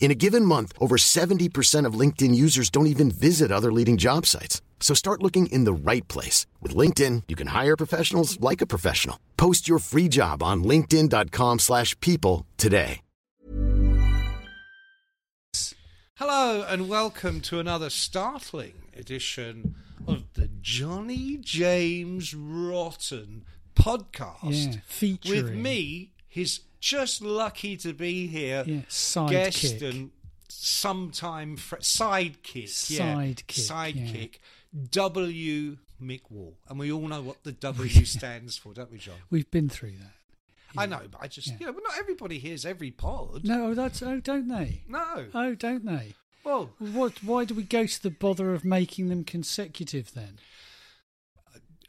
In a given month, over 70% of LinkedIn users don't even visit other leading job sites. So start looking in the right place. With LinkedIn, you can hire professionals like a professional. Post your free job on linkedin.com/people slash people today. Hello and welcome to another startling edition of the Johnny James Rotten podcast. Yeah, featuring- with me, he's just lucky to be here. Yeah, sidekick. Guest and sometime fr- sidekick. Yeah, Sidekick, Sidekick. W Mick Wall, and we all know what the W stands for, don't we, John? We've been through that. I know, but I just Yeah. you know, well, not everybody hears every pod. No, that's oh, don't they? No. Oh, don't they? Well, What? Why do we go to the bother of making them consecutive then?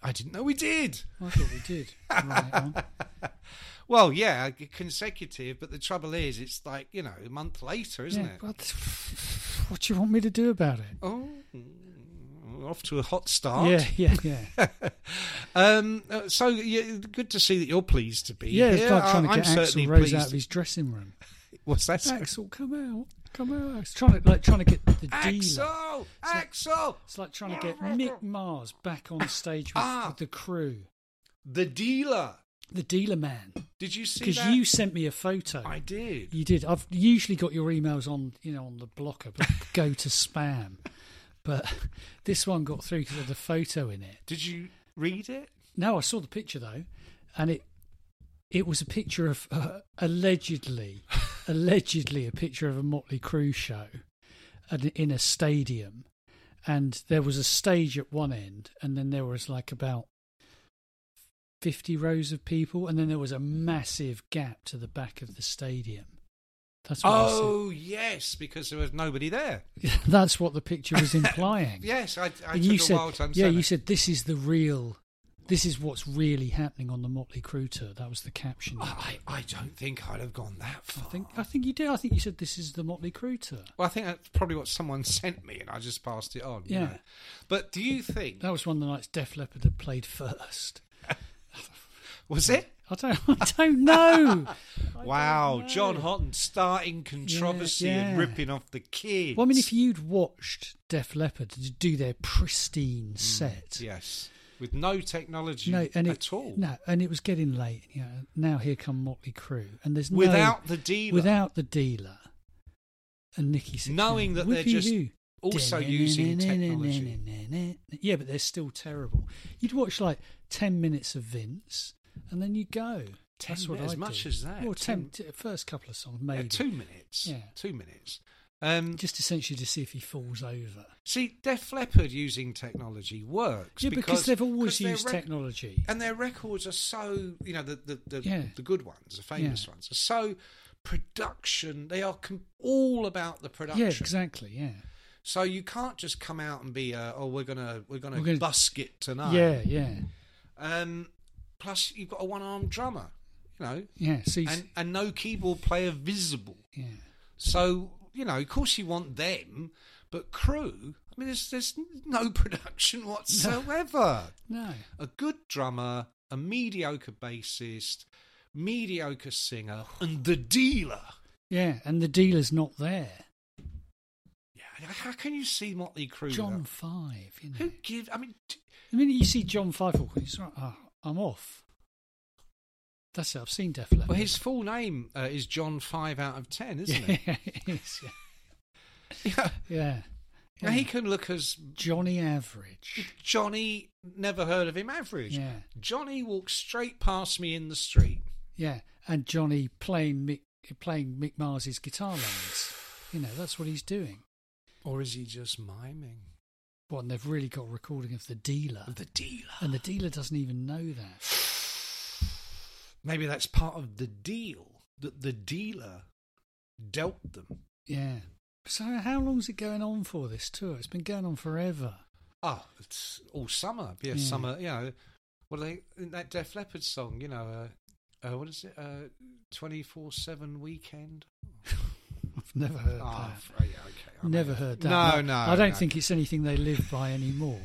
I didn't know we did. I thought we did. right on. Well, yeah, consecutive, but the trouble is, it's like, you know, a month later, isn't Yeah, it? What, what do you want me to do about it? Oh, we're off to a hot start. Yeah, yeah, yeah. Um, uh, so, yeah, good to see that you're pleased to be Yeah, here. it's like trying to I- get I'm Axel certainly Rose pleased. out of his dressing room. What's that? Axel, come out, come out. It's trying to like trying to get the dealer. Axel! Axel! It's like trying to get Mick Mars back on stage with, Ah. with the crew, The dealer. the dealer man. Did you see Because that? you sent me a photo. I did. You did. I've usually got your emails on, you know, on the blocker, but go to spam. But this one got through because of the photo in it. Did you read it? No, I saw the picture though, and it it was a picture of uh, allegedly, allegedly a picture of a Motley Crue show, and in a stadium, and there was a stage at one end, and then there was like about. 50 rows of people and then there was a massive gap to the back of the stadium that's what I saw. Oh, yes, because there was nobody there. That's what the picture was implying. Yes, I, I took And you a said, while to yeah, understand you it. said this is the real, this is what's really happening on the Motley Crue tour. That was the caption. I, I don't think I'd have gone that I far. think I think you did. I think you said this is the Motley Crue tour. Well, I think that's probably what someone sent me, and I just passed it on. you Yeah. know. But do you think That was one of the nights Def Leppard had played first. was it? I don't, I don't know. wow, know. John Hotton starting controversy and yeah. ripping off the kids. well, I mean, if you'd watched Def Leppard do their pristine Mm, set, yes, with no technology no, and at it, all, no, and it was getting late. You know, now here come Motley Crue, and there's no- without the dealer, without the dealer. And Nicky said, Knowing that they're just "Whoopee-hoo." also using technology. Yeah, but they're still terrible. You'd watch like ten minutes of Vince, and then you go. 10 That's what minutes, I as much do. as that, Well, ten, two- t- first couple of songs, Yeah, maybe. two minutes, Yeah. two minutes. Um, Just essentially to see if he falls over. see, Def Leppard using technology works. Yeah, because, they've always 'cause their used rec- technology. and their records are so you know the the the, Yeah. the good ones the famous ones are so production they are com- all about the production Yeah, exactly. Yeah, so you can't just come out and be uh, oh we're gonna we're gonna, We're gonna- busk it tonight yeah, yeah, um plus you've got a one-armed drummer you know yeah. So he's, and and no keyboard player visible yeah, so you know of course you want them but crew i mean there's there's no production whatsoever no, a good drummer, a mediocre bassist, mediocre singer, and the dealer. yeah, and the dealer's not there. Yeah, how can you see Motley Crue? John without- Five, you know. Who give? I mean, t- The minute you see John Five walking, it's like, oh, I'm off. That's it. I've seen Def Leppard. well, his full name uh, is John Five out of Ten, isn't yeah, it? it is, yeah. Yeah. yeah. Now he can look as Johnny Average. Johnny. Never heard of him. Average. Yeah. Johnny walked straight past me in the street. Yeah, and Johnny playing Mick, playing Mick Mars's guitar lines. You know, that's what he's doing. Or is he just miming? Well, and they've really got a recording of the dealer, Uh, The dealer. and the dealer doesn't even know that. Maybe that's part of the deal that the dealer dealt them. Yeah, So how long's it going on for this tour? It's been going on forever. Oh, it's all summer. Yeah, Yeah. summer. You know, well, they in that Def Leppard song. You know, uh, uh, what is it? Twenty four seven weekend. I've never heard Oh, that. f- oh, yeah, okay. I Never mean- heard that. No, I- no. I don't no. think it's anything they live by anymore.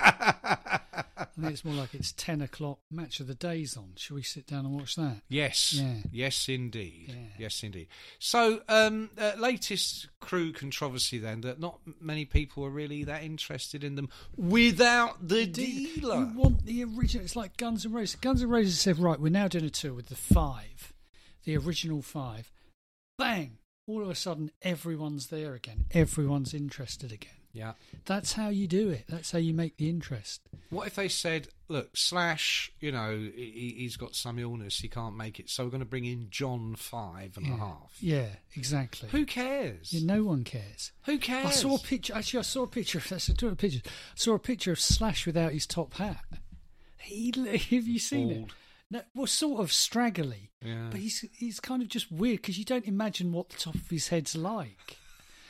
I think it's more like it's ten o'clock. Match of the days on. Shall we sit down and watch that? Yes. Yeah. Yes, indeed. Yeah. Yes, indeed. So, um, uh, latest crew controversy then that not m- many people are really that interested in them without the dealer. You want the original. It's like Guns N' Roses. Guns N' Roses said, right, we're now doing a tour with the five, the original five. Bang! All of a sudden, everyone's there again. Everyone's interested again. Yeah. That's how you do it. That's how you make the interest. What if they said, look, Slash, you know, he- he, he's got some illness, he can't make it, so we're going to bring in John five and a yeah. half. Yeah, exactly. Who cares? Yeah, no one cares. Who cares? I saw a picture. Actually, I saw a picture. Of, I saw a picture. I saw a picture of Slash without his top hat. He, have you seen Bald. it? No, well, sort of straggly. Yeah. But he's he's kind of just weird because you don't imagine what the top of his head's like.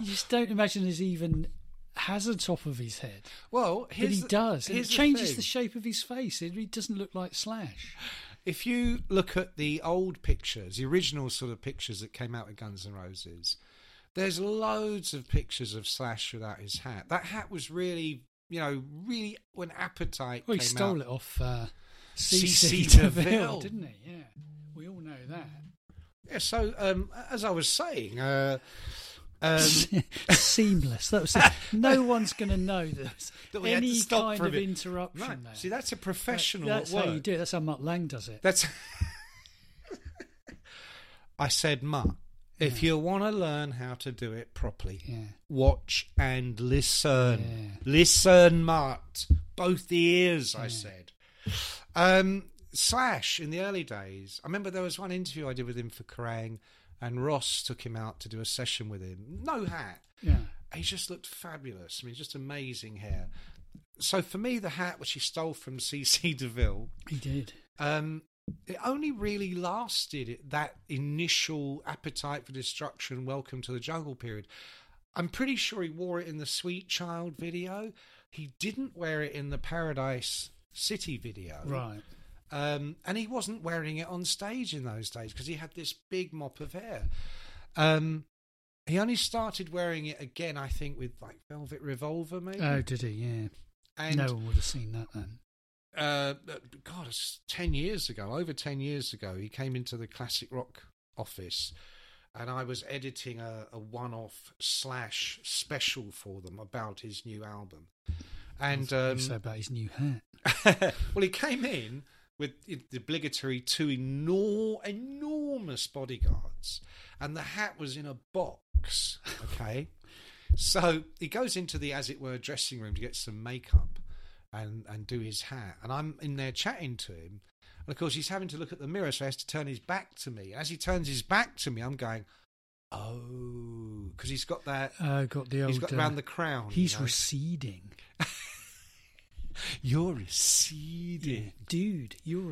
you just don't imagine he's even has a top of his head, Well, but here's he the- does. And it here's changes thing. the, shape of his face. It, he doesn't look like Slash. If you look at the old pictures, the original sort of pictures that came out with Guns N' Roses, there's loads of pictures of Slash without his hat. That hat was really, you know, really when Appetite Well, he came stole out. it off uh, CC CC DeVille. DeVille, didn't he? Yeah, we all know that. Yeah. So, um, as I was saying, uh, um, Seamless. That was it. no one's going to know there was That we had to any stop kind for a of bit. interruption right. there. See, that's a That- professional. That's at work. how you do it. That's how Mutt Lang does it. That's. I said, Mutt, if you want to learn how to do it properly, Yeah. watch and listen. Yeah. Listen, Mutt. Both ears, I said. Um, Slash, in the early days, I remember there was one interview I did with him for Kerrang, and Ross took him out to do a session with him. No hat. Yeah. He just looked fabulous. I mean, just amazing hair. So for me, the hat, which he stole from CC DeVille, He did. um, it only really lasted at that initial appetite for destruction, welcome to the jungle period. I'm pretty sure he wore it in the Sweet Child video. He didn't wear it in the Paradise City video. Right. Um, and he wasn't wearing it on stage in those days because he had this big mop of hair. Um, he only started wearing it again, I think, with like Velvet Revolver, maybe. Oh, did he? Yeah. and no one would have seen that then. uh, God, it's 10 years ago, over 10 years ago, he came into the Classic Rock office and I was editing a, a one off slash special for them about his new album. And um, you said about his new hat. well, he came in with the obligatory two enor- enormous bodyguards, and the hat was in a box. Okay, so he goes into the, as it were, dressing room to get some makeup and and do his hat, and I'm in there chatting to him. And of course, he's having to look at the mirror, so he has to turn his back to me. As he turns his back to me, I'm going, oh, because he's got that, Uh, got the old. he's got uh, around the crown. He's you know? receding. you're receding. Dude, you're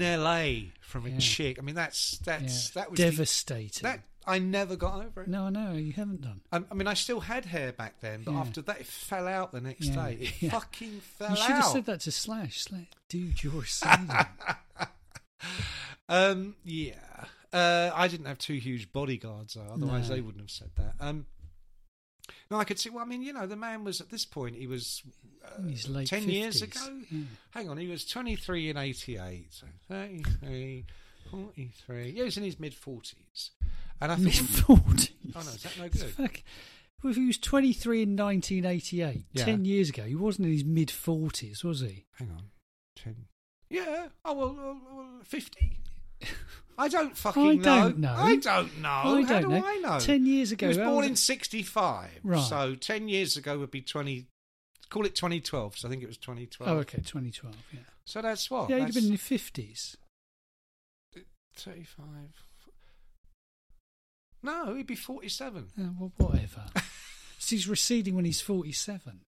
in LA from a Yeah. chick. I mean, that's that's Yeah. that was the- devastating. that I never got over it. No, I know you haven't done. I, I mean, I still had hair back then, but Yeah. after that, it fell out the next Yeah. day. It Yeah. fucking fell you out. should have said that to Slash. Slash, dude, you're receding. Um, yeah. Uh, I didn't have two huge bodyguards, though, otherwise No. they wouldn't have said that. Um, no, I could see. Well, I mean, you know, the man was at this point. He was uh, In his late ten years 50s, ago. yeah. Hang on, he was twenty-three in eighty-eight, so 33, 43. Yeah, he was in his mid forties, and I Mid think. forties. Oh, no, is that no It's good? fuck- well, If he was 23 in 1988, Yeah. 10 years ago, he wasn't in his mid 40s, was he? Hang on, ten. Yeah. Oh well, fifty. I don't fucking I don't know. I don't know. I Oh, How don't do know. I know? 10 years ago, He was how born old- in '65, Right. so ten years ago would be twenty. Call it 2012. So I think it was 2012. Oh, okay, 2012. Yeah, So that's what. yeah, he'd have Oh, that's been in the 50s. 35. No, he'd be 47. Uh, well, whatever. so he's receding when he's 47.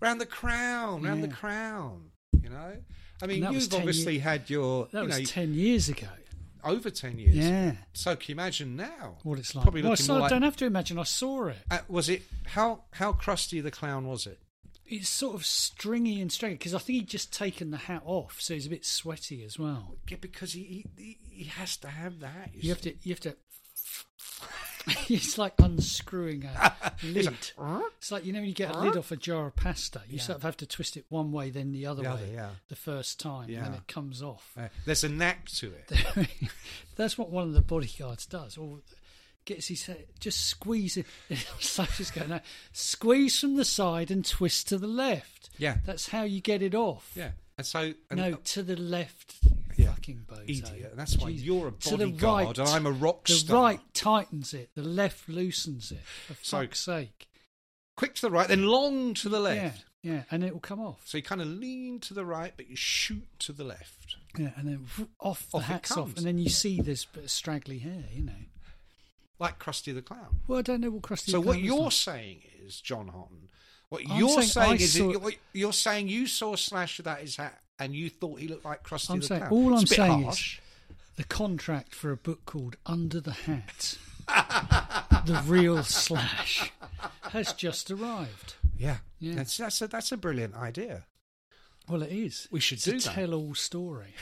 Round the crown, round the Yeah. crown. You know, I And mean, that was you've 10 obviously year- had your. That you was know, 10 years ago. over 10 years. Yeah. So can you imagine now? What it's like. Probably well, I looking saw- more like- don't have to imagine. I saw it. Uh, was it how how crusty the clown was it? It's sort of stringy and stringy because I think he'd just taken the hat off, so he's a bit sweaty as well. Yeah, because he he, he has to have that. You have to, you have to. it's like unscrewing a lid. It's like you know when you get a lid off a jar of pasta, you Yeah. sort of have to twist it one way, then the other The way other, yeah. the first time, and Yeah. then it comes off. Uh, there's a knack to it. That's what one of the bodyguards does. Or gets his head, just squeeze it. so just going out, squeeze from the side and twist to the left. Yeah. that's how you get it off. Yeah, and so and uh, no, to the left. you Yeah. Fucking bozo. Idiot. That's why Jesus. you're a To the bodyguard and I'm a rock The star. right tightens it. The left loosens it. For So- fuck's sake. quick to the right, then long to the left. Yeah, yeah, and it will come off. So you kind of lean to the right, but you shoot to the left. Yeah, and then whoop, off the Off it hat's off, comes. and then you see this bit of straggly hair. You know. like Krusty the Clown. Well, I don't know what crusty. So the what Clown is you're like. saying is, John Houghton, what I'm you're saying saying, I is, saw- that you're, you're saying you saw Slash without his hat and you thought he looked like Krusty I'm the saying- Clown. It's all I'm a bit saying is- harsh. the contract for a book called Under the Hat, The Real Slash, has just arrived. yeah, Yeah. That's, that's a that's a brilliant idea. Well, it is. We should it's do a that. tell-all story.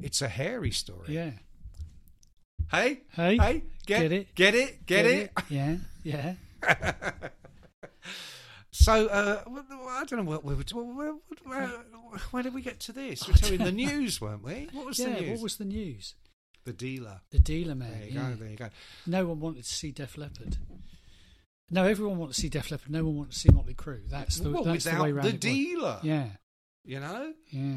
It's a hairy story. Yeah. Hey, Hey, hey, get, get it? get it, get, it. Yeah, yeah. So uh, well, I don't know what we were. Where, where, where did we get to this? We're telling the news, weren't we? What was yeah, the news? what was the news? the dealer? The dealer man. There you yeah. go. There you go. No one wanted to see Def Leppard. No, everyone wanted to see Def Leppard. No one wanted to see Motley Crue. That's the, well, that's without the way round. it was. dealer. Yeah, You know. yeah.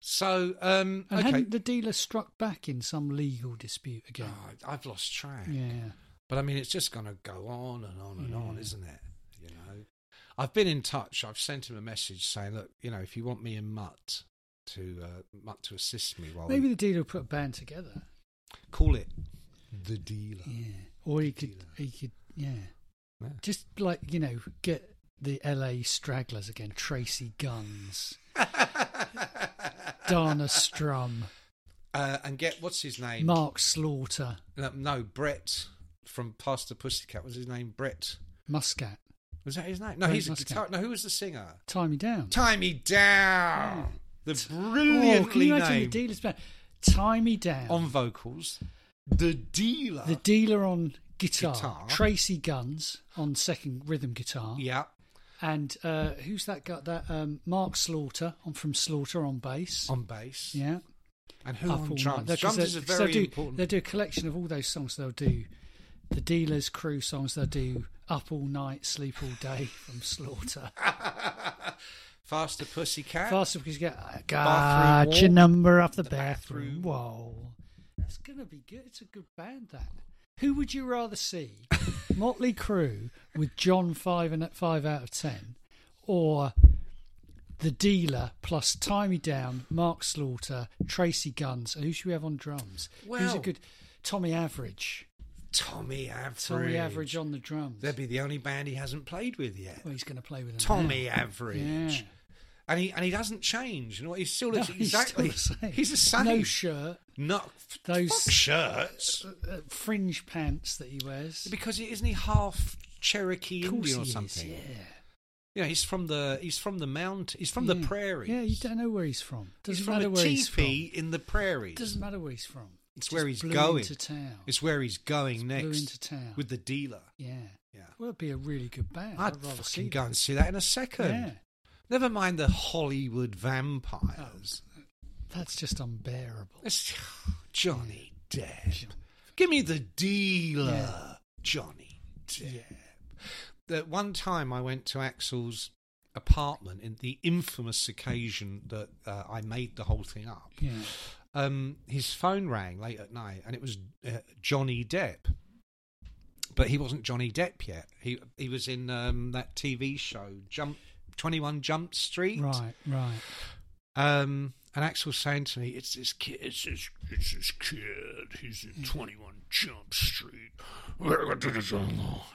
So um, And okay. hadn't the dealer struck back in some legal dispute again? Oh, I've lost track. yeah. But I mean, it's just going to go on and on and on, Yeah. isn't it? You know, I've been in touch. I've sent him a message saying, look, you know, if you want me and Mutt to uh, Mutt to assist me while Maybe we the dealer put a band together. call it the dealer. Yeah. Or he could, Tequila. he could, yeah. Yeah. Just like you know, get the LA stragglers again. Tracy Guns, Dana Strum, Uh, and get what's his name? Mark Slaughter, No, no, Brett from Past the Pussycat. Was his name Brett? Muscat. Was that his name? No, Brett he's a Muscat. guitar. No, who was the singer? Time me down. Tie me down. The Mm. oh, can brilliantly you imagine the named dealer's band? Tie me down. on vocals, the dealer. the dealer on guitar, Guitar. Tracy Guns on second rhythm guitar, yeah, and uh, who's that guy? That um, Mark Slaughter on from Slaughter on bass. on bass. yeah. And who up on all drums? night. 'Cause Drums they- is a 'cause they'll very do, important. They'll do a collection of all those songs. They'll do the Dealers Crew songs. They'll do Up All Night, Sleep All Day from Slaughter. Faster Pussycat. Faster because you get Bathroom got your Wall. number off the, The bathroom Bathroom wall. That's gonna be good. It's a good band. That. Who would you rather see? Motley Crue with John five and five out of ten, or the Dealer plus Timey Down, Mark Slaughter, Tracy Guns. Who should we have on drums? Who's a Well- good Tommy Average? Tommy Average. Tommy Average on the drums. They'd be the only band he hasn't played with yet. well, he's going to play with them Tommy now. Average. Yeah. And he and he doesn't change. You know, what? he still No, looks he's still exactly. the same. He's the same. No shirt. Not Those- those shirts. uh, fringe pants that he wears. Because he- isn't he half Cherokee Of course Indian or he is, something? yeah. Yeah, he's from the he's from the mount. He's from the Yeah. prairies. Yeah, you don't know where he's from. Doesn't he's from matter a where he's teepee from. in the prairies. Doesn't matter where he's from. It's Just where he's blew going. into town. It's where he's going Just next Blew into town. with the dealer. yeah. Yeah, Well, it'd be a really good band. I'd, rather see fucking go and see that in a second. Yeah, Never mind the Hollywood vampires. that's just unbearable. It's Johnny Depp. Give me the dealer, Yeah. Johnny Depp. That one time I went to Axel's apartment in the infamous occasion that uh, I made the whole thing up. Yeah, um, his phone rang late at night, and it was uh, Johnny Depp. But he wasn't Johnny Depp yet. He he was in um, that TV show Jump Twenty One Jump Street. right, right. Um, and Axel was saying to me, "It's this kid. It's this, it's this kid. He's in Mm. Twenty One Jump Street."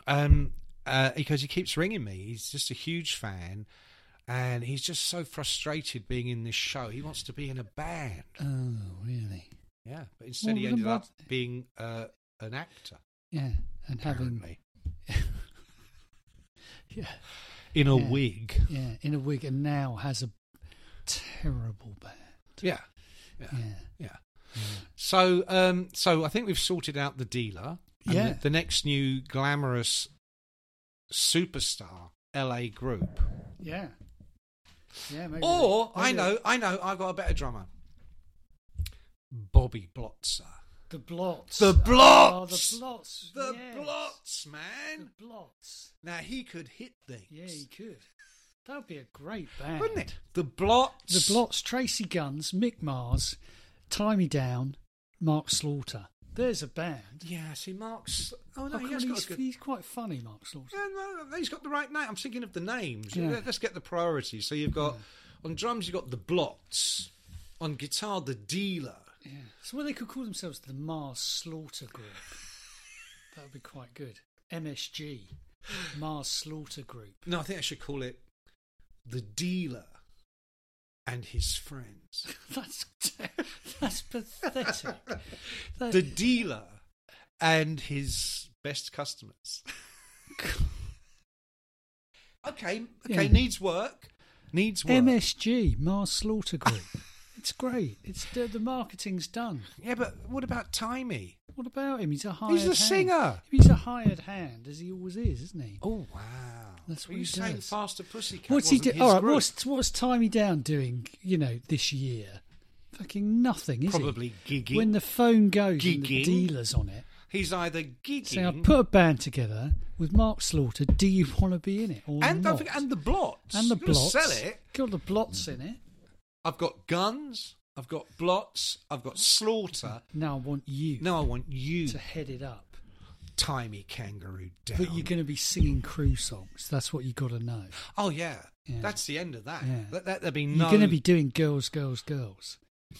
Um, uh, because he keeps ringing me. He's just a huge fan, and he's just so frustrated being in this show. He wants to be in a band. Oh, really? Yeah, but instead he Well, ended then up being uh, an actor, Yeah, and having apparently, yeah, in a yeah. wig. yeah in a wig, and now has a terrible band. Yeah, Yeah, yeah. So, um, so I think we've sorted out the dealer. And Yeah. The, the next new glamorous superstar LA group. yeah, yeah. Maybe Or they- I maybe know, I know, I've got a better drummer. Bobby Blotzer. the blots. The Oh, Blots. the blots. The yes. Blots, The man. blots. Now he could hit things. Yeah, you could. That would be a great band, wouldn't it? The Blots. The Blots, Tracy Guns, Mick Mars, Timey Down, Mark Slaughter. There's a band. Yeah, see, Mark's. Oh no, Oh, he come on, has got he's, a good. he's quite funny, Mark Slaughter. Yeah, no, no, he's got the right name. I'm thinking of the names. Yeah. Let's get the priority. So you've got on drums, you've got the Blots. On guitar, the Dealer. Yeah. So, well, they could call themselves the Mars Slaughter Group. that would be quite good. MSG, Mars Slaughter Group. No, I think I should call it the Dealer and his friends. That's that's pathetic. That- the Dealer and his best customers. okay, okay, Yeah. needs work. Needs work. MSG, Mars Slaughter Group. it's great. It's the, the marketing's done. Yeah, but what about Timey? What about him? He's a hired. He's a hand. singer. He's a hired hand, as he always is, isn't he? Oh wow! That's Were what you he saying does. faster pussycat? What's he wasn't do- his All right, group? what's what's Timey Down doing? You know, this year, fucking nothing, is Probably he? gigging. When the phone goes, and Gigging. the dealers on it. He's either gigging Say, I put a band together with Mark Slaughter. Do you want to be in it or and not? don't forget, and the blots And the You're gonna blots. Sell it. Got the blots in it. I've got guns. I've got blots. I've got slaughter. Now I want you Now I want you, to head it up. timey kangaroo down. But you're going to be singing crew songs. That's what you got to know. oh yeah. Yeah. that's the end of that. Yeah. Let that there be You're no. going to be doing girls, girls, girls.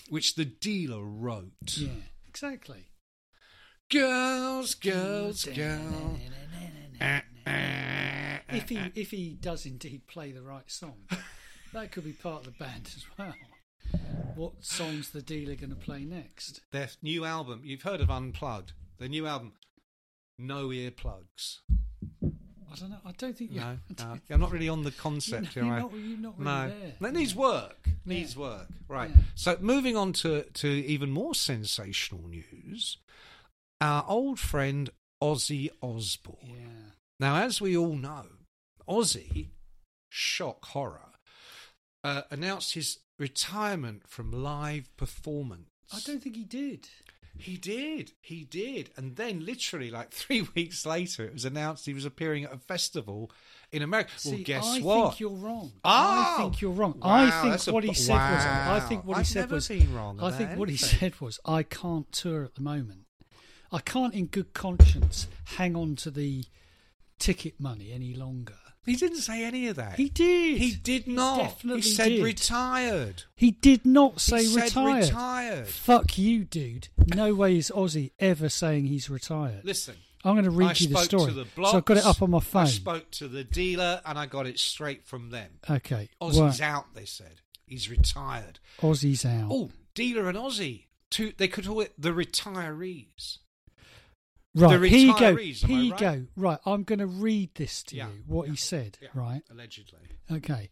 which the dealer wrote. Yeah, exactly. Girls, girls, Eh, girls. eh, If he if he does indeed play the right song, that could be part of the band as well. What song's the dealer going to play next? Their new album. You've heard of Unplugged. Their new album. No earplugs. I don't know. I don't think you. No, no. you're I'm not really on the concept. you're am I? not- you're not really no, there. that needs work. Yeah. Needs work. Right. Yeah. So moving on to to even more sensational news. Our old friend Ozzy Osbourne. Yeah. Now, as we all know, Ozzy, shock horror, uh, announced his retirement from live performance. I don't think he did. He did. He did. And then, literally, like three weeks later, it was announced he was appearing at a festival in America. well, See, guess I what? think you're wrong. Oh! I think you're wrong. Wow, I that's a think what he bu- said was. I think what wow. he I've said never was. been wrong I about think what he anything. said was. I can't tour at the moment. I can't, in good conscience, hang on to the ticket money any longer. He didn't say any of that. He did. He did not. definitely he said did. retired. He did not say he retired. said retired. Fuck you, dude. No way is Aussie ever saying he's retired. Listen, I'm going to read I you the spoke story. to the so I've got it Blocks, up on my phone. I spoke to the dealer and I got it straight from them. okay. Ozzy's right. out, they said. He's retired. Aussie's out. Oh, dealer and Aussie. Two, they could call it the retirees. right. the Here you go. retirees, am Here I you right? go. Right. I'm going to read this to Yeah, you, what yeah, he said. yeah, Right. Allegedly. Okay.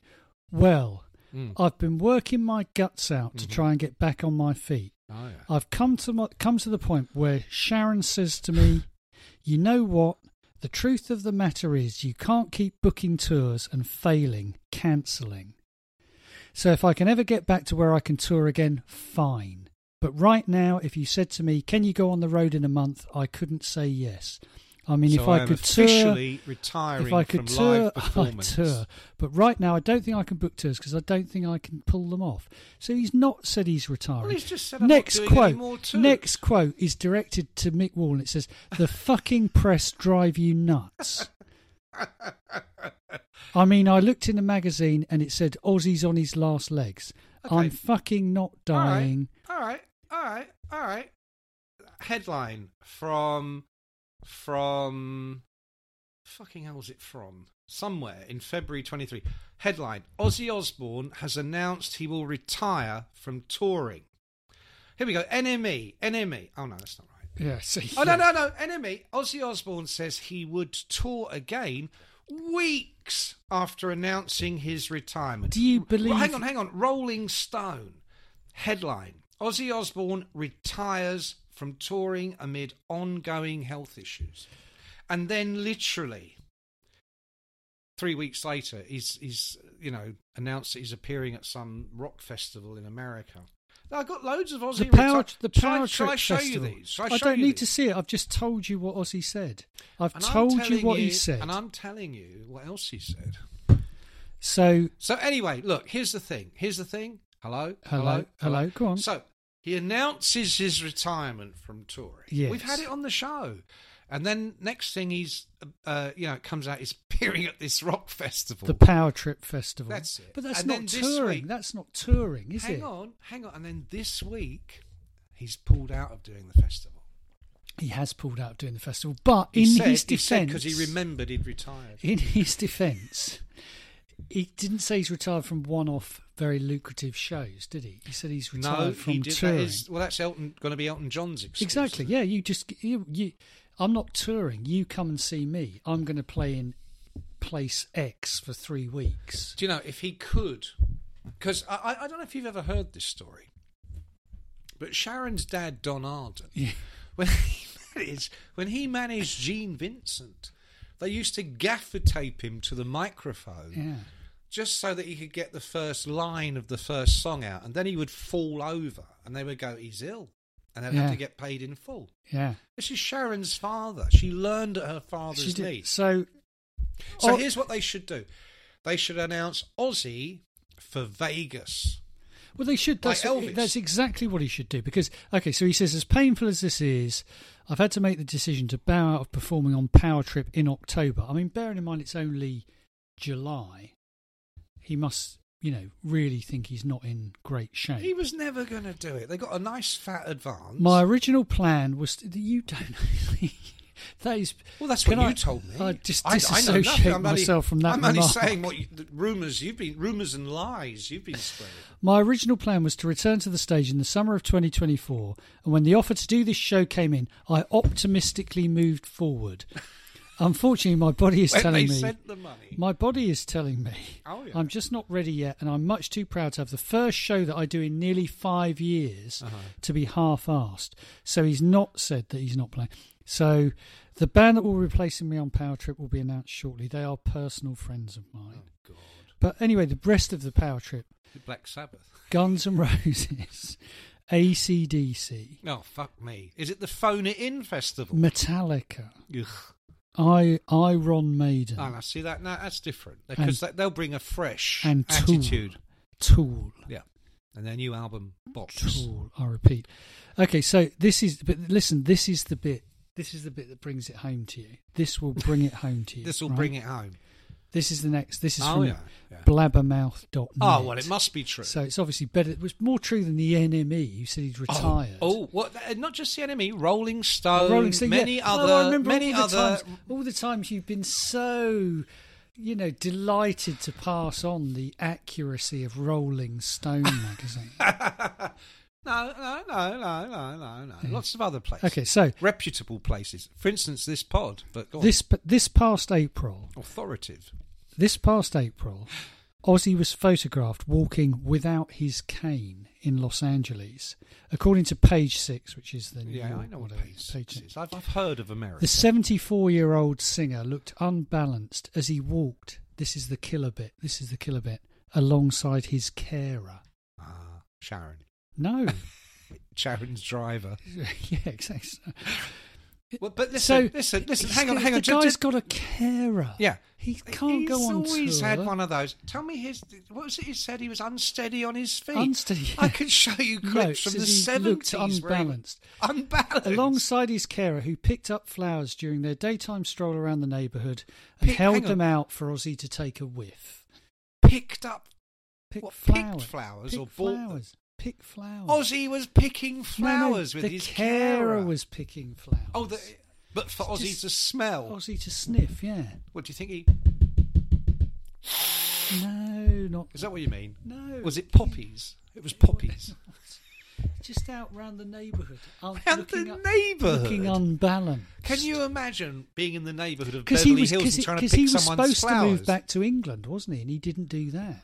Well, Mm. Mm-hmm. I've been working my guts out to try and get back on my feet. Oh, yeah. I've come to my, come to the point where Sharon says to me, "You know what? The truth of the matter is, you can't keep booking tours and failing, cancelling. So if I can ever get back to where I can tour again, fine. But right now, if you said to me, "Can you go on the road in a month?" I couldn't say yes. I mean, So if I, am could tour, officially retiring if I could from tour, live I'd performance. tour. But right now, I don't think I can book tours because I don't think I can pull them off. So he's not said he's retiring. Well, he's just said I'm next not doing quote. any more tours. Next quote is directed to Mick Wall, and it says, "The fucking press drive you nuts." I mean, I looked in the magazine, and it said Aussie's on his last legs. Okay. I'm fucking not All right, dying. All right, all right, all right. Headline from from fucking hell's it from? Somewhere in February 23. Headline: Ozzy Osbourne has announced he will retire from touring. Here we go. NME. NME. Oh, no, that's not right. Yeah, see. Oh, no, no, no. NME. Ozzy Osbourne says he would tour again weeks after announcing his retirement. Do you believe? Well, hang on, hang on. Rolling Stone headline: Ozzy Osbourne retires from touring amid ongoing health issues, and then literally three weeks later, he's he's you know announced that he's appearing at some rock festival in America. Now, I've got loads of Ozzy. the power, reti- the Shall I- power shall, trip I show festival. you these? Shall I, I show don't you need these? to see it. I've just told you what Ozzy said. I've And I'm told you telling what he said. and I'm telling you what else he said. So So anyway, look, here's the thing. Here's the thing. Hello. Hello, hello, go on. So he announces his retirement from touring. Yes. We've had it on the show. And then next thing he's, uh, you know, it comes out, he's appearing at this rock festival. the Power Trip Festival. That's it. But that's And then not this touring. week- that's not touring, is hang it? on, hang on. And then this week, he's pulled out of doing the festival. He has pulled out doing the festival, but He in said- his he said because defence, he remembered he'd retired. in his defence, he didn't say he's retired from one-off, very lucrative shows, did he? He said he's retired no, from he did. touring. That is, well, that's Elton going to be Elton John's excuse. Exactly. isn't it? Yeah, you just you, you I'm not touring. You come and see me. I'm going to play in place X for 3 weeks. Do you know if he could? Because I, I- I don't know if you've ever heard this story, but Sharon's dad, Don Arden, Yeah. when he managed, when he managed Gene Vincent, they used to gaffer tape him to the microphone Yeah. just so that he could get the first line of the first song out, and then he would fall over, and they would go, "He's ill," and they'd Yeah. have to get paid in full. Yeah. This is Sharon's father. She learned at her father's She did- knee. So So Oh. here's what they should do: they should announce Aussie for Vegas. Well, they should. Like That's, what- Elvis. that's exactly what he should do. Because, okay, so he says, as painful as this is, I've had to make the decision to bow out of performing on Power Trip in October. I mean, bearing in mind it's only July, he must, you know, really think he's not in great shape. He was never going to do it. They got a nice fat advance. My original plan was to, you don't. that is. well, that's can what I- you told me. I just I- I know nothing. disassociate I'm only- myself from that. I'm only remark. saying what you, the rumors you've been rumors and lies you've been spreading. My original plan was to return to the stage in the summer of 2024, and when the offer to do this show came in, I optimistically moved forward. Unfortunately, my body is when they telling me sent the money, my body is telling me Oh, yeah. I'm just not ready yet, and I'm much too proud to have the first show that I do in nearly five years Uh-huh. to be half-assed. So he's not said that he's not playing. So the band that will be replacing me on Power Trip will be announced shortly. They are personal friends of mine. Oh, God, But anyway, the rest of the Power Trip Black Sabbath. Guns and Roses, ACDC, Oh fuck me! Is it the Phone It In festival? Metallica, Ugh. I Iron Maiden, Oh, I see that. No, that's different because they- they'll bring a fresh and Tool. attitude. Tool. Yeah, and their new album Box. Tool. I repeat. Okay, so this is. But listen, this is the bit. This is the bit that brings it home to you. This will bring it home to you. This will right? bring it home. This is the next. This is Oh, from yeah, yeah. blabbermouth.net. Oh well, it must be true. So it's obviously better. It was more true than the NME. You said he's retired. Oh, Oh, oh what? uh, Not just the enemy. Rolling Stone. Rolling Stone, yeah. Many No, other. I remember many all the other. times, all the times you've been so, you know, delighted to pass on the accuracy of Rolling Stone magazine. No, no, no, no, no, no, no. Lots of other places. Okay, so Reputable places. For instance, this pod. But go on. this this past April, authoritative. this past April, Ozzy was photographed walking without his cane in Los Angeles, according to Page Six, which is the New Yeah, I York- know what whatever, places. is. I've, I've heard of America. The 74 year old singer looked unbalanced as he walked. This is the killer bit. This is the killer bit. Alongside his carer. Ah, Sharon. No. Sharon's driver. yeah, exactly. Well, but listen, so, listen, listen. he's- Hang on, hang on. The ju- guy's just- got a carer. Yeah. He can't he's go on always tour. had one of those. Tell me his. What was it he said? He was unsteady on his feet. Unsteady. I could show you No, clips from the it says he looked seventies. unbalanced. Unbalanced. Alongside his carer, who picked up flowers during their daytime stroll around the neighbourhood and Pick- held hang on. them out for Ozzy to take a whiff. picked up. Pick What, picked flowers. flowers Pick or bought them? flowers. Pick flowers. Ozzy was picking Oh. No, no, flowers with the his carer. carer. was picking flowers. Oh, the, but for It's Ozzy just- to smell. Ozzy to sniff, yeah. What do you think he? No, not Is that what you mean? no. Was it poppies? It was poppies. just out round the neighbourhood. I'm Round looking the up- neighbourhood? Looking unbalanced. Can you imagine being in the neighbourhood of Because Beverly he was, Hills cause and he, trying to cause pick he was someone's supposed flowers? to move back to England, wasn't he? And he didn't do that.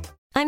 I'm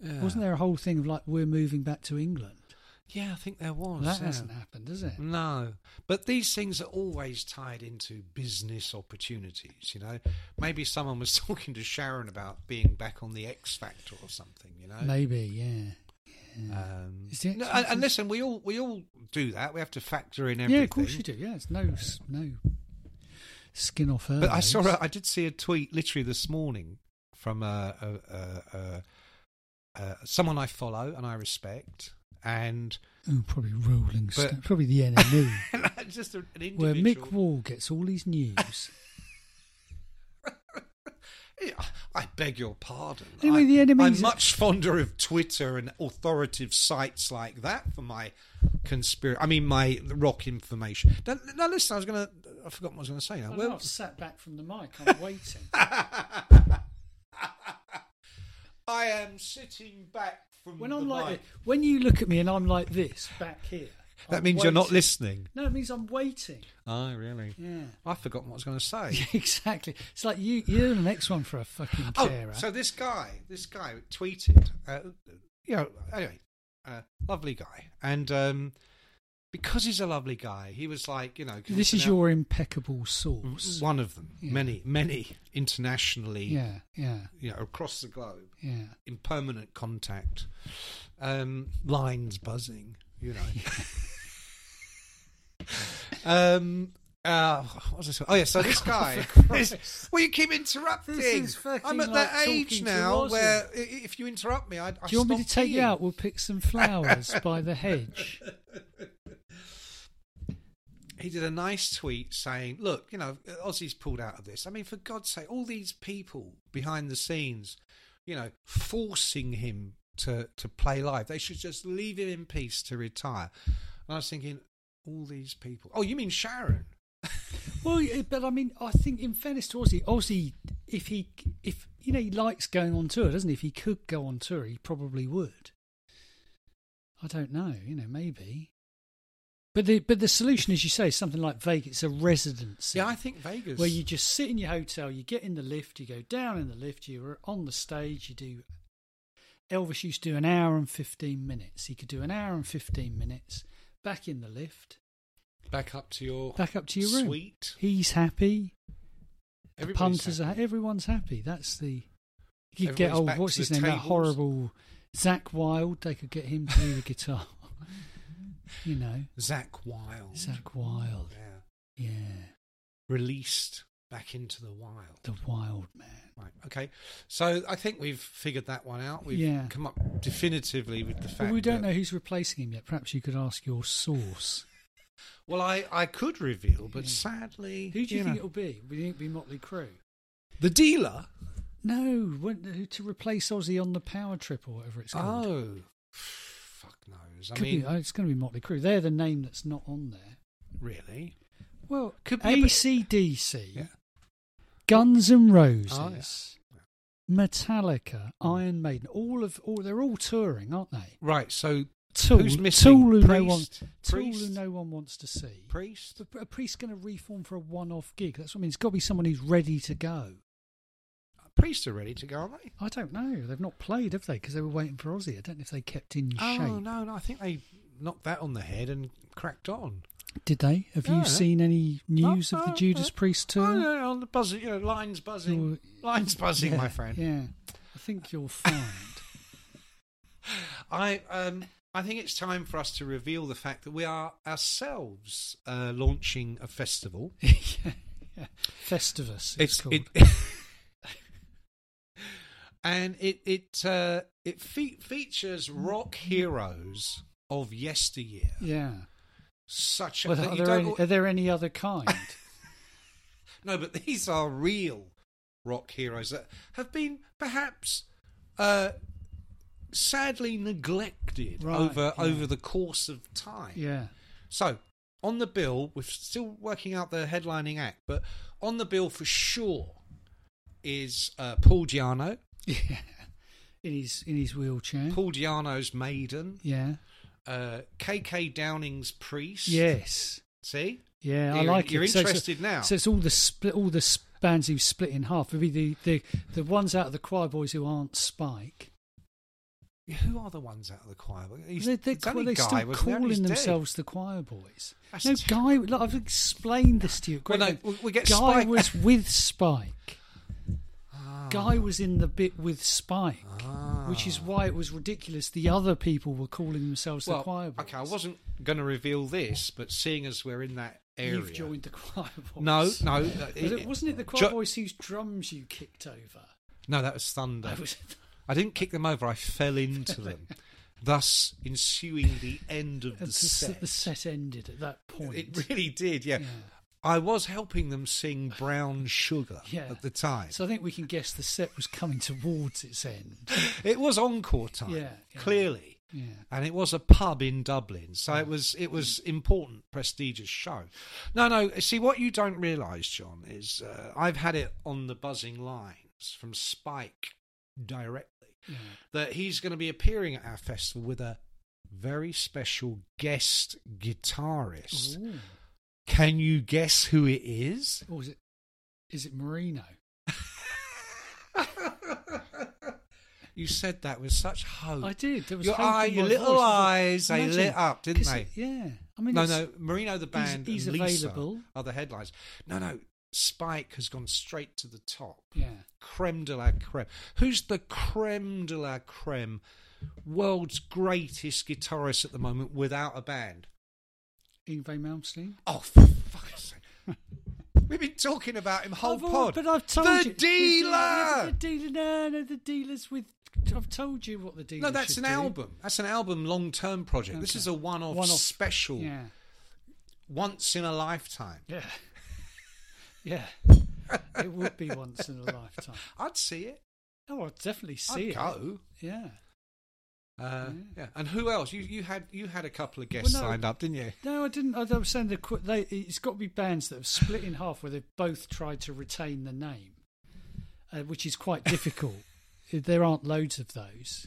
Yeah. Wasn't there a whole thing of like we're moving back to England? Yeah, I think there Well, was. that yeah. hasn't happened, has it? No, but these things are always tied into business opportunities. You know, maybe someone was talking to Sharon about being back on the X Factor or something. You know, Maybe, yeah. um, Is the X no, and, Factor- and listen, we all we all do that. We have to factor in everything. Yeah, of course you do. Yeah, it's no s- no skin off her. But I saw, nose. a, I did see a tweet literally this morning from a, a, a, a, a someone I follow and I respect, and Oh, probably Rolling But- Stone, probably the enemy, just an individual. where Mick Wall gets all his news. I beg your pardon. Anyway, the I, enemy's- I'm much fonder of Twitter and authoritative sites like that for my conspiracy. I mean, my rock information. Now, now listen, I was going to. I forgot what I was going to say now. Well, Where- I've sat back from the mic. I'm waiting. I am sitting back from when the I'm like, mic. thi- when you look at me and I'm like this back here, That I'm means you're not waiting. listening. No, it means I'm waiting. Oh, really? Yeah, I've forgotten what I was going to say. exactly. It's like you. You're the next one for a fucking oh, carer. so this guy, this guy tweeted, uh, you know, anyway, uh, lovely guy. And um, because he's a lovely guy, he was like, you know, 'cause this he's is an your impeccable out- source. one of them, Yeah. many, many internationally, Yeah, yeah, you know, across the globe, yeah. in permanent contact, um, lines buzzing, you know. um, uh, what was I saying? Oh yeah, so this guy. Christ. well, you keep interrupting. This is fucking I'm at like that age talking to now Ozzy. where i- i- if you interrupt me, I. I Do you want me to stop take you being. out? We'll pick some flowers by the hedge. He did a nice tweet saying, "Look, you know, Aussie's pulled out of this. I mean, for God's sake, all these people behind the scenes, you know, forcing him to to play live. They should just leave him in peace to retire." And I was thinking, all these people. Oh, you mean Sharon? Well, yeah, but I mean, I think in fairness to Ozzy, Ozzy, if he, if you know, he likes going on tour, doesn't he? If he could go on tour, he probably would. I don't know, you know, maybe. But the but the solution, as you say, is something like Vegas. It's a residency. Yeah, I think Vegas. where you just sit in your hotel, you get in the lift, you go down in the lift, you're on the stage, you do. Elvis used to do an hour and 15 minutes. He could do an hour and 15 minutes back in the lift, back up to your back up to your room. Oh, Sweet. He's happy. The Everybody's punters happy. are everyone's happy. That's the. You could get Everybody's old, back what's to his the name? That tables. horrible Zach Wilde. They could get him to do the guitar. you know, Zach Wild. Zach Wilde. Yeah. Yeah, Released back into the wild. the Wild Man. Right. Okay. So I think we've figured that one out. We've Yeah. come up definitively with the fact. Well, we don't that- know who's replacing him yet. Perhaps you could ask your source. Well, I, I could reveal, but Yeah. sadly, Who do you, think know, it'll be? We think it'll be Motley Crue. the dealer? No, when, who to replace Ozzy on the Power Trip or whatever it's called. Oh, fuck knows. I Could mean, be, oh, it's going to be Motley Crue. They're the name that's not on there. really? Well, Could be, yeah, but- ACDC, Yeah. Guns N' Roses, Oh, yeah. Metallica, Iron Maiden. All of all they're all touring, aren't they? Right. So Tool, who's missing? Tool who no one, Priest? Tool Priest? who no one wants to see. priest. But A priest's going to reform for a one-off gig. That's what I mean. It's got to be someone who's ready to go. Priest are ready to go, aren't they? I don't know. They've not played, have they? Because they were waiting for Aussie. I don't know if they kept in Oh shape. no, no, I think they knocked that on the head and cracked on. Did they? Have you Yeah. seen any news No, of the no, Judas no. Priest tour? Oh, no, on the buzzing, you know, lines buzzing, lines buzzing, Yeah, my friend. Yeah, I think you'll find. I um I think it's time for us to reveal the fact that we are ourselves uh, launching a festival. yeah, yeah. Festivus. It's, called. it- and it it uh, it fe- features rock heroes of yesteryear. yeah. Such Well, that are, you there don't any, are there any other kind? No, but these are real rock heroes that have been perhaps uh, sadly neglected Right, over yeah. over the course of time. yeah. So on the bill, we're still working out the headlining act, but on the bill for sure is uh, Paul Giano, Yeah. In his in his wheelchair. Paul Giano's Maiden, Yeah. uh, KK Downing's Priest. Yes. see, Yeah, I You're- like you're it. So it's- interested now. So it's all the split, all the s- bands who've split in half. It'd be the, the the ones out of the choir boys who aren't Spike. who are the ones out of the choir? He's, they, they're, it's only well, they're Guy, still wasn't there? calling He's dead. themselves the choir boys. That's no, terrible. Guy. Look, I've explained this to you. at Well, Great no, length. we- we get Guy Spike- was with Spike. Ah. Guy was in the bit with Spike, Ah. which is why it was ridiculous. The other people were calling themselves well, the choir boys. Okay, I wasn't going to reveal this, but seeing as we're in that area, You've joined the choir boys. No, no, uh, But it, wasn't it the choir Jo- boys whose drums you kicked over? no, that was thunder. That was- I didn't kick them over; I fell into them, thus ensuing the end of And the the, set. set. the set ended at that point. It really did, yeah. I was helping them sing Brown Sugar Yeah. at the time. So I think we can guess the set was coming towards its end. it was encore time, Yeah, yeah. clearly, Yeah. and it was a pub in Dublin, so Mm. it was it was important, prestigious show. No, no. See, what you don't realise, John, is uh, I've had it on the buzzing lines from Spike directly yeah. that he's going to be appearing at our festival with a very special guest guitarist. Ooh. Can you guess who it is? Or was it? Is it Marino? you said that with such hope. I did. There was Oh. Your hope in eye- my your little voice. eyes, they Imagine, lit up, didn't 'cause they? it- yeah. I mean, no, it's- no, Marino the he's- band he's and Lisa available. are the headlines. No, no, Spike has gone straight to the top. Yeah. Creme de la creme. Who's the creme de la creme? World's greatest guitarist at the moment without a band. Ingve Malmsteen. Oh, for fuck's sake. We've been talking about him whole I've al- pod. But I've told the you. The The dealer! The dealer. No, no, the dealer's with. I've told you what the dealer. No, that's should an do. album. That's an album long term project. This Okay. is a one off One-off. special, Yeah. once in a lifetime. Yeah. Yeah. it would be once in a lifetime. I'd see it. Oh, I'd definitely I'd see it. go. Yeah. Uh, Yeah. yeah. And who else? You you had you had a couple of guests Well, no. signed up, didn't you? No, I didn't. I I was saying the qu- they, it's got to be bands that have split in half where they've both tried to retain the name, uh, which is quite difficult. there aren't loads of those.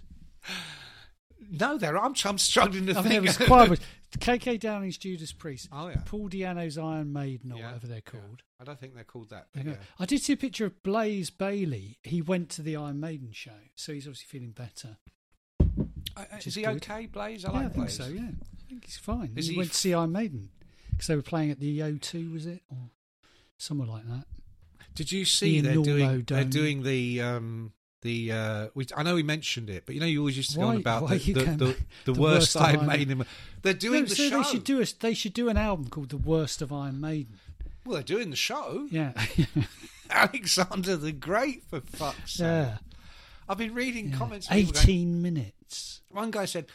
No, there. I'm I'm struggling to I mean, think. there was quite a- KK Downing's Judas Priest. Oh, yeah. Paul Diano's Iron Maiden or Yeah, whatever they're yeah. called. I don't think they're called that. I but know. yeah. I did see a picture of Blaze Bailey. He went to the Iron Maiden show, so he's obviously feeling better. Uh, uh, is Which is he good. okay, Blaze? I yeah, like I think Blaze. so. Yeah, I think he's fine. Is he, he went f- to see Iron Maiden because they were playing at the O2, was it, or somewhere like that? Did you see Ian they're doing Normo they're Dome. doing the um the uh we, I know we mentioned it, but you know you always used to go on Why- about why the, you the, came the, back- the the worst worst I Iron made Maiden. him. They're doing No, the so show. They should do a, They should do an album called "The Worst of Iron Maiden." well, they're doing the show. Yeah, Alexander the Great, for fuck's sake. yeah. I've been reading yeah. comments. people going- Eighteen minutes. One guy said,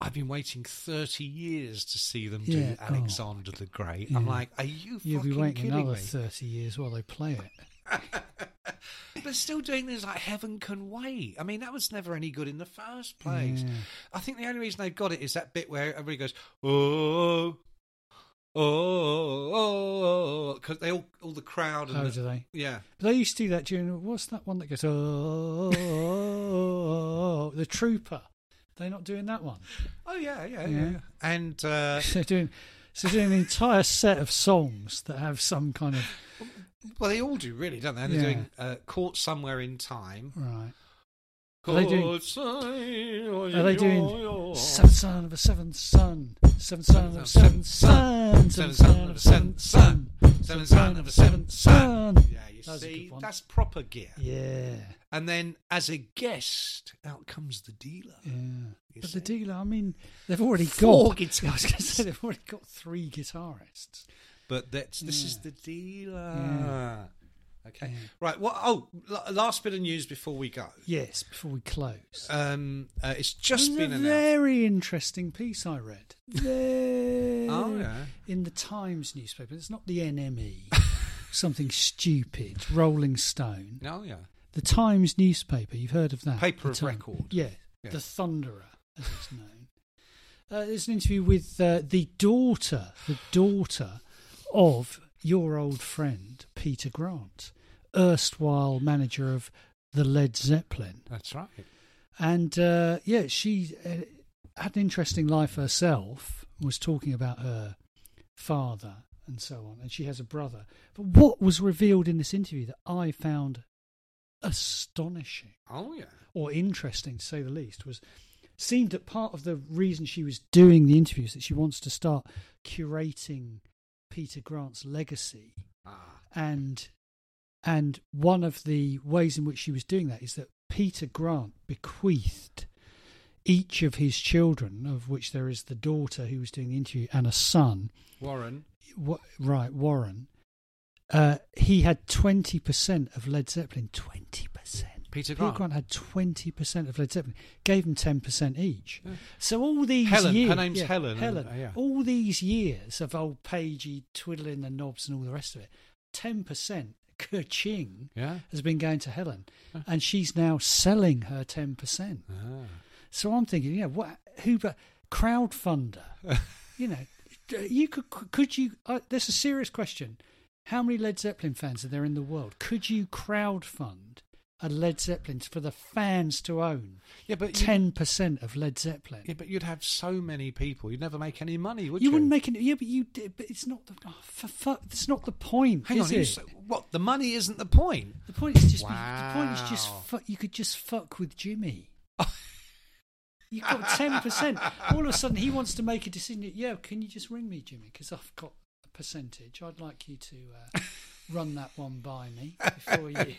I've been waiting 30 years to see them Yeah, do oh. Alexander the Great. I'm Yeah. like, are you You'll be fucking waiting kidding another me? thirty years while they play it. They're still doing things like Heaven Can Wait. I mean, that was never any good in the first place. Yeah. I think the only reason they've got it is that bit where everybody goes, oh, oh, oh, because they all, all the crowd and Oh, the- do they? yeah. But they used to do that during what's that one that goes oh, oh, oh, oh, the Trooper. They're not doing that one. Oh yeah, yeah, yeah. Yeah. And uh, So they're doing so they're doing an entire set of songs that have some kind of Well, they all do, really, don't they? And they're Yeah. doing uh, Caught Somewhere in Time. Right. Are Caught they doing- somewhere Are they doing in- seventh son of a seventh son, seventh son of a seventh son, seventh son of a seventh son, Seventh son of a seventh son. Yeah, you That was a see, good one. that's proper gear. Yeah, And then, as a guest, out comes the dealer. yeah. You But see. the dealer, I mean, they've already Four got. I was going to say guitarists. they've already got three guitarists. But that's this is Yeah. the dealer. Yeah. Okay, Yeah. right. Well, oh, l- last bit of news before we go. Yes, before we close. Um, uh, it's just been There's a announced. very interesting piece I read. Very Oh, yeah. in the Times newspaper. It's not the NME, something stupid. Rolling Stone, No, Oh, yeah. the Times newspaper. You've heard of that? Paper The of Time- record. Yeah, Yeah. the Thunderer, as it's known. Uh, there's an interview with uh, the daughter, the daughter of your old friend Peter Grant, erstwhile manager of the Led Zeppelin That's right. and uh, yeah, she uh, had an interesting life herself. Was talking about her father and so on, and she has a brother. But what was revealed in this interview that I found astonishing Oh, yeah. or interesting, to say the least, was seemed that part of the reason she was doing the interviews that she wants to start curating Peter Grant's legacy Ah, and and one of the ways in which she was doing that is that Peter Grant bequeathed each of his children, of which there is the daughter who was doing the interview and a son, Warren. wa- right Warren. Uh, he had twenty percent of Led Zeppelin. Twenty percent. Peter Grant. had twenty percent of Led Zeppelin. Gave them ten percent each. Yeah. So all these Helen, her years, name's Helen, and- Helen. uh, yeah. All these years of old Pagey twiddling the knobs and all the rest of it. Ten percent, ka-ching, Yeah. has been going to Helen, Huh. and she's now selling her ten percent. Ah. So I'm thinking, you know, what? Who but crowdfunder? you know, d- you could could you? Uh, there's a serious question. How many Led Zeppelin fans are there in the world? Could you crowdfund a Led Zeppelin for the fans to own yeah, but you- ten percent of Led Zeppelin? Yeah, but you'd have so many people. You'd never make any money, would you you? wouldn't make it. Yeah, but you. did- But it's not the. Oh, for fuck, it's not the point. Hang is on. it? you s- What? The money isn't the point. the point is just. The point is just. Wow. Fuck, you could just fuck with Jimmy. You've got ten percent. All of a sudden, he wants to make a decision. Yeah, can you just ring me, Jimmy? Because I've got a percentage. I'd like you to uh, run that one by me before you.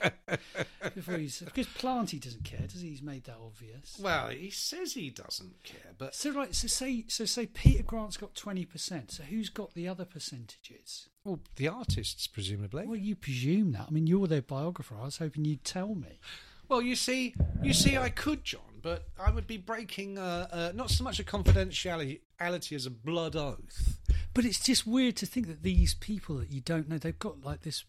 Before you, because Planty doesn't care, does he? He's made that obvious. Well, uh, he says he doesn't care, but so right, so say, so say Peter Grant's got twenty percent. So who's got the other percentages? well, the artists presumably. Well, you presume that. I mean, you're their biographer. I was hoping you'd tell me. Well, you see, you see, I could, John, but I would be breaking uh, uh, not so much a confidentiality as a blood oath. But it's just weird to think that these people that you don't know, they've got like this.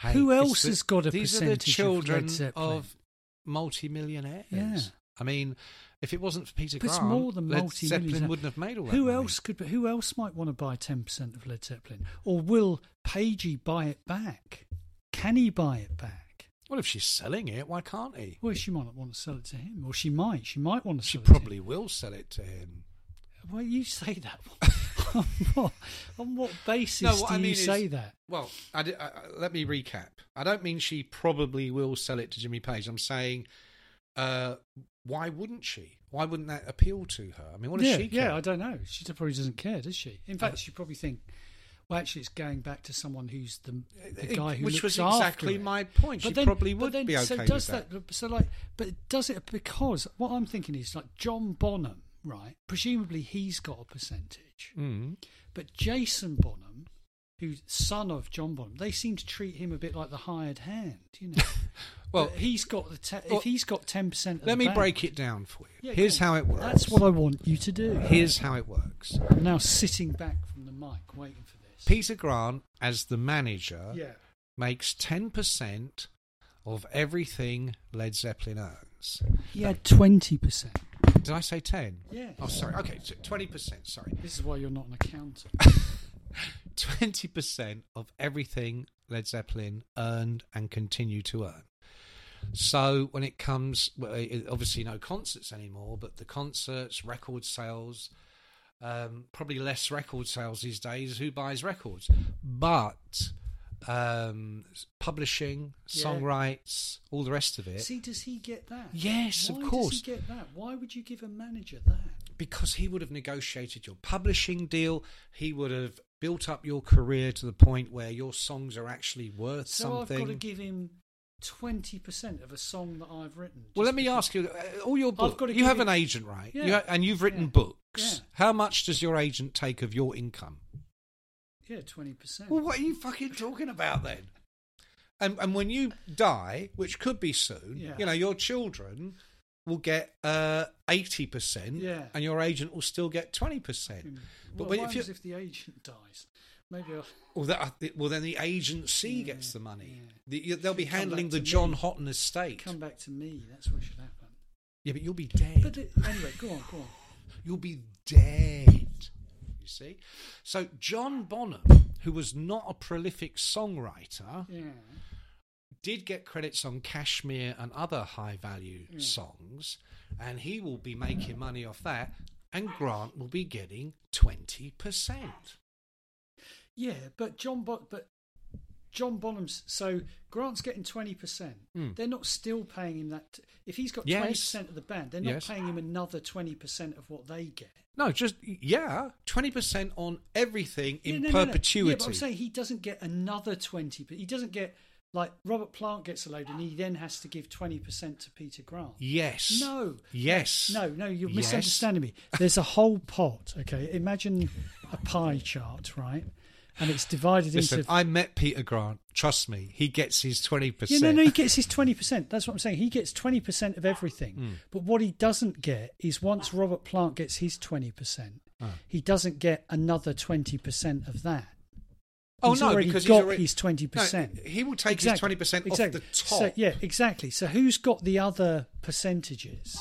Hey, Who it's else the- has got a these are the percentage of Led children Zeppelin? of multimillionaires? Yeah. I mean, if it wasn't for Peter But it's Grant, more than Led multi Zeppelin wouldn't have made all that. Who money. else could? Who else might want to buy ten percent of Led Zeppelin? Or will Pagey buy it back? Can he buy it back? Well, if she's selling it, why can't he? Well, she might not want to sell it to him, or she might. She might want to. She sell it to him. probably will sell it to him. Well, you say that. on, what, on what basis do you is- say that? Well, I di- I- I- let me recap. I don't mean she probably will sell it to Jimmy Page. I'm saying, uh, why wouldn't she? Why wouldn't that appeal to her? I mean, what does yeah, she care? Uh, yeah, I don't know. She probably doesn't care, does she? In fact, she probably think, well, actually, it's going back to someone who's the, the Uh, guy who which looks was after exactly it. my point. She probably would be So okay does with that. So like, but does it because what I'm thinking is like John Bonham, right? Presumably he's got a percentage, Mm. but Jason Bonham, who's son of John Bonham, they seem to treat him a bit like the hired hand, you know. Well, But he's got the te- well, if he's got ten percent. let me break it down for you. Yeah, Here's go on. how it works. That's what I want you to do. Here's how it works. I'm now sitting back from the mic, waiting for this. Peter Grant, as the manager, Yeah. makes ten percent of everything Led Zeppelin earns. He had twenty percent. Did I say ten? Yeah. Oh, sorry. Okay, so twenty percent. Sorry. This is why you're not an accountant. 20% of everything Led Zeppelin earned and continue to earn. So when it comes, well, it- obviously no concerts anymore, but the concerts, record sales, um, probably less record sales these days. Who buys records? But um, publishing, Yeah. songwrites, all the rest of it. See, does he get that? Yes, of Why course. Does he get that? Why would you give a manager that? because he would have negotiated your publishing deal. He would have built up your career to the point where your songs are actually worth so something. I've got to give him twenty percent of a song that I've written. well, just let me because- ask you: uh, all your I've books, got to you give have it- an agent, right? You Yeah. ha- and you've written Yeah. books. Yeah. How much does your agent take of your income? Yeah, twenty percent. Well, what are you fucking talking about then? And and when you die, which could be soon, Yeah. you know your children will get uh, eighty percent, Yeah. and your agent will still get twenty percent. But But when- what if you Hmm. happens if the agent dies? Maybe I'll. Well, that, I thi- well, then the agency Yeah, gets the money. yeah. The, you- they'll be Come back handling the to me. John Houghton estate. Come back to me. That's what should happen. Yeah, but you'll be dead. But it- anyway, go on, go on. you'll be dead. You see? So John Bonham, who was not a prolific songwriter, Yeah, did get credits on Kashmir and other high value Yeah. songs, and he will be making money off that, and Grant will be getting 20%. yeah. But John, Bo- but John Bonham's. So Grant's getting twenty percent. Mm. They're not still paying him that. If he's got Yes. twenty percent of the band, they're not Yes. paying him another twenty percent of what they get. No, just, yeah, 20% on everything in Yeah, no, no, no. perpetuity. Yeah, but I'm saying he doesn't get another twenty. But he doesn't get like Robert Plant gets a load, and he then has to give twenty percent to Peter Grant. Yes. No. Yes. No, no, you're Yes. misunderstanding me. There's a whole pot, okay? Imagine a pie chart, right? And it's divided Listen, into. I met Peter Grant. Trust me, he gets his twenty yeah, percent. no, no, he gets his 20%. That's what I'm saying. He gets 20% of everything. Hmm. But what he doesn't get is once Robert Plant gets his 20%, Ah. he doesn't get another 20% of that. oh he's no, already because got he's already, his 20%. No, he will take his Exactly, twenty percent off the exactly. top. So, yeah, exactly. So who's got the other percentages?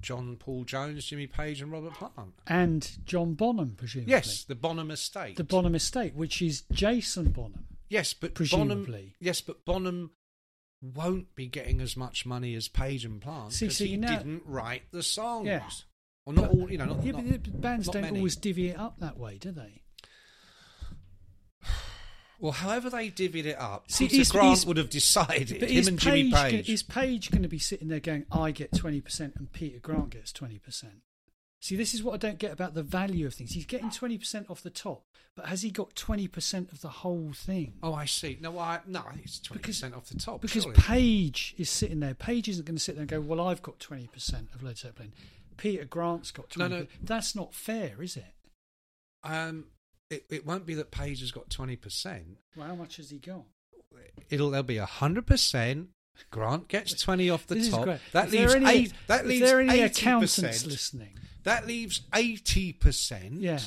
John Paul Jones, Jimmy Page, and Robert Plant. And John Bonham, presumably. Yes, the Bonham estate. The Bonham estate, which is Jason Bonham. yes, but Bonham. presumably. Yes, but Bonham won't be getting as much money as Page and Plant See, because so he you know- didn't write the songs. Yeah. Or not But- all, you know, not, yeah, not, but the bands not don't many. always divvy it up that way, do they? Well, however they divvied it up, See, Peter is- Grant is- would have decided. But Him is and Jimmy gonna- Page. is Page going to be sitting there going, "I get twenty percent and Peter Grant gets twenty percent"? See, this is what I don't get about the value of things. He's getting twenty percent off the top, but has he got twenty percent of the whole thing? Oh, I see. No, I no, it's twenty percent off the top. Because surely. Page is sitting there. Page isn't going to sit there and go, "Well, I've got twenty percent of Led Zeppelin." Peter Grant's got No, twenty. no. That's not fair, is it? um, it, it won't be that Page has got twenty percent. Well, how much has he got? It'll there'll be hundred percent. Grant gets twenty off the This is top. great. That If there leaves are any- eight. That if leaves there are any 80%. accountants listening. That leaves eighty percent. Yeah.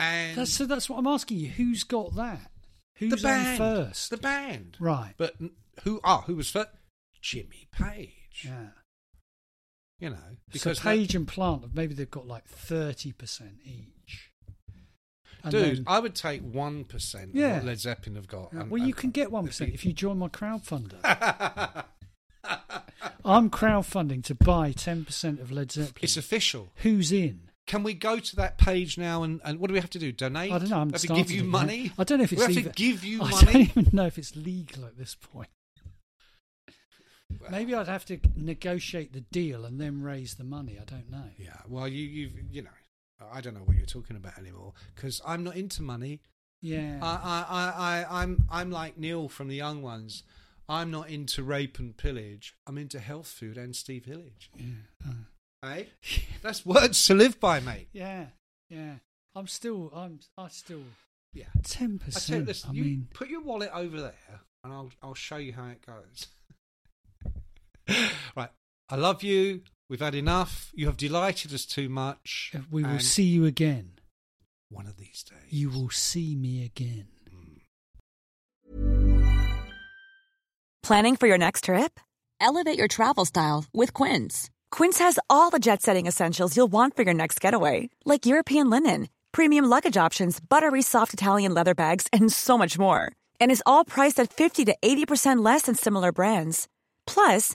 and That's, so that's what I'm asking you. Who's got that? Who's the band on first? The band, Right. But n- who? Ah, who was first? Jimmy Page. yeah. You know, Because because that- Page and Plant, maybe they've got like 30% each. And dude, then- I would take one percent. of Yeah. what Led Zeppelin have got. Yeah, and- well, you and- can get 1% if you join my Ah. crowdfunder. it's I'm crowdfunding to buy 10% of Led Zeppelin. official. Who's in? Can we go to that page now and, and what do we have to do? Donate? I don't know. I'm have to starting give you it now. money. I don't know if it's we have legal- to give you I money. don't even know if it's legal at this point. Maybe I'd have to negotiate the deal and then raise the money. I don't know. Yeah. Well, you you've you know, I don't know what you're talking about anymore because I'm not into money. Yeah. I, I I I I'm I'm like Neil from the Young Ones. I'm not into rape and pillage. I'm into health food and Steve Hillage. yeah. Uh. Eh? That's words to live by, mate. Yeah, yeah. I'm still. I'm. I still. Yeah. Ten I tell you percent. this, I you mean, put your wallet over there, and I'll I'll show you how it goes. right, I love you. We've had enough. You have delighted us too much. we will and see you again. one of these days. You will see me again. Planning for your next trip? Elevate your travel style with Quince. Quince has all the jet setting essentials you'll want for your next getaway, like European linen, premium luggage options, buttery soft Italian leather bags, and so much more. And is all priced at 50 to 80% less than similar brands. Plus,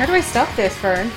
How do I stop this, Fern?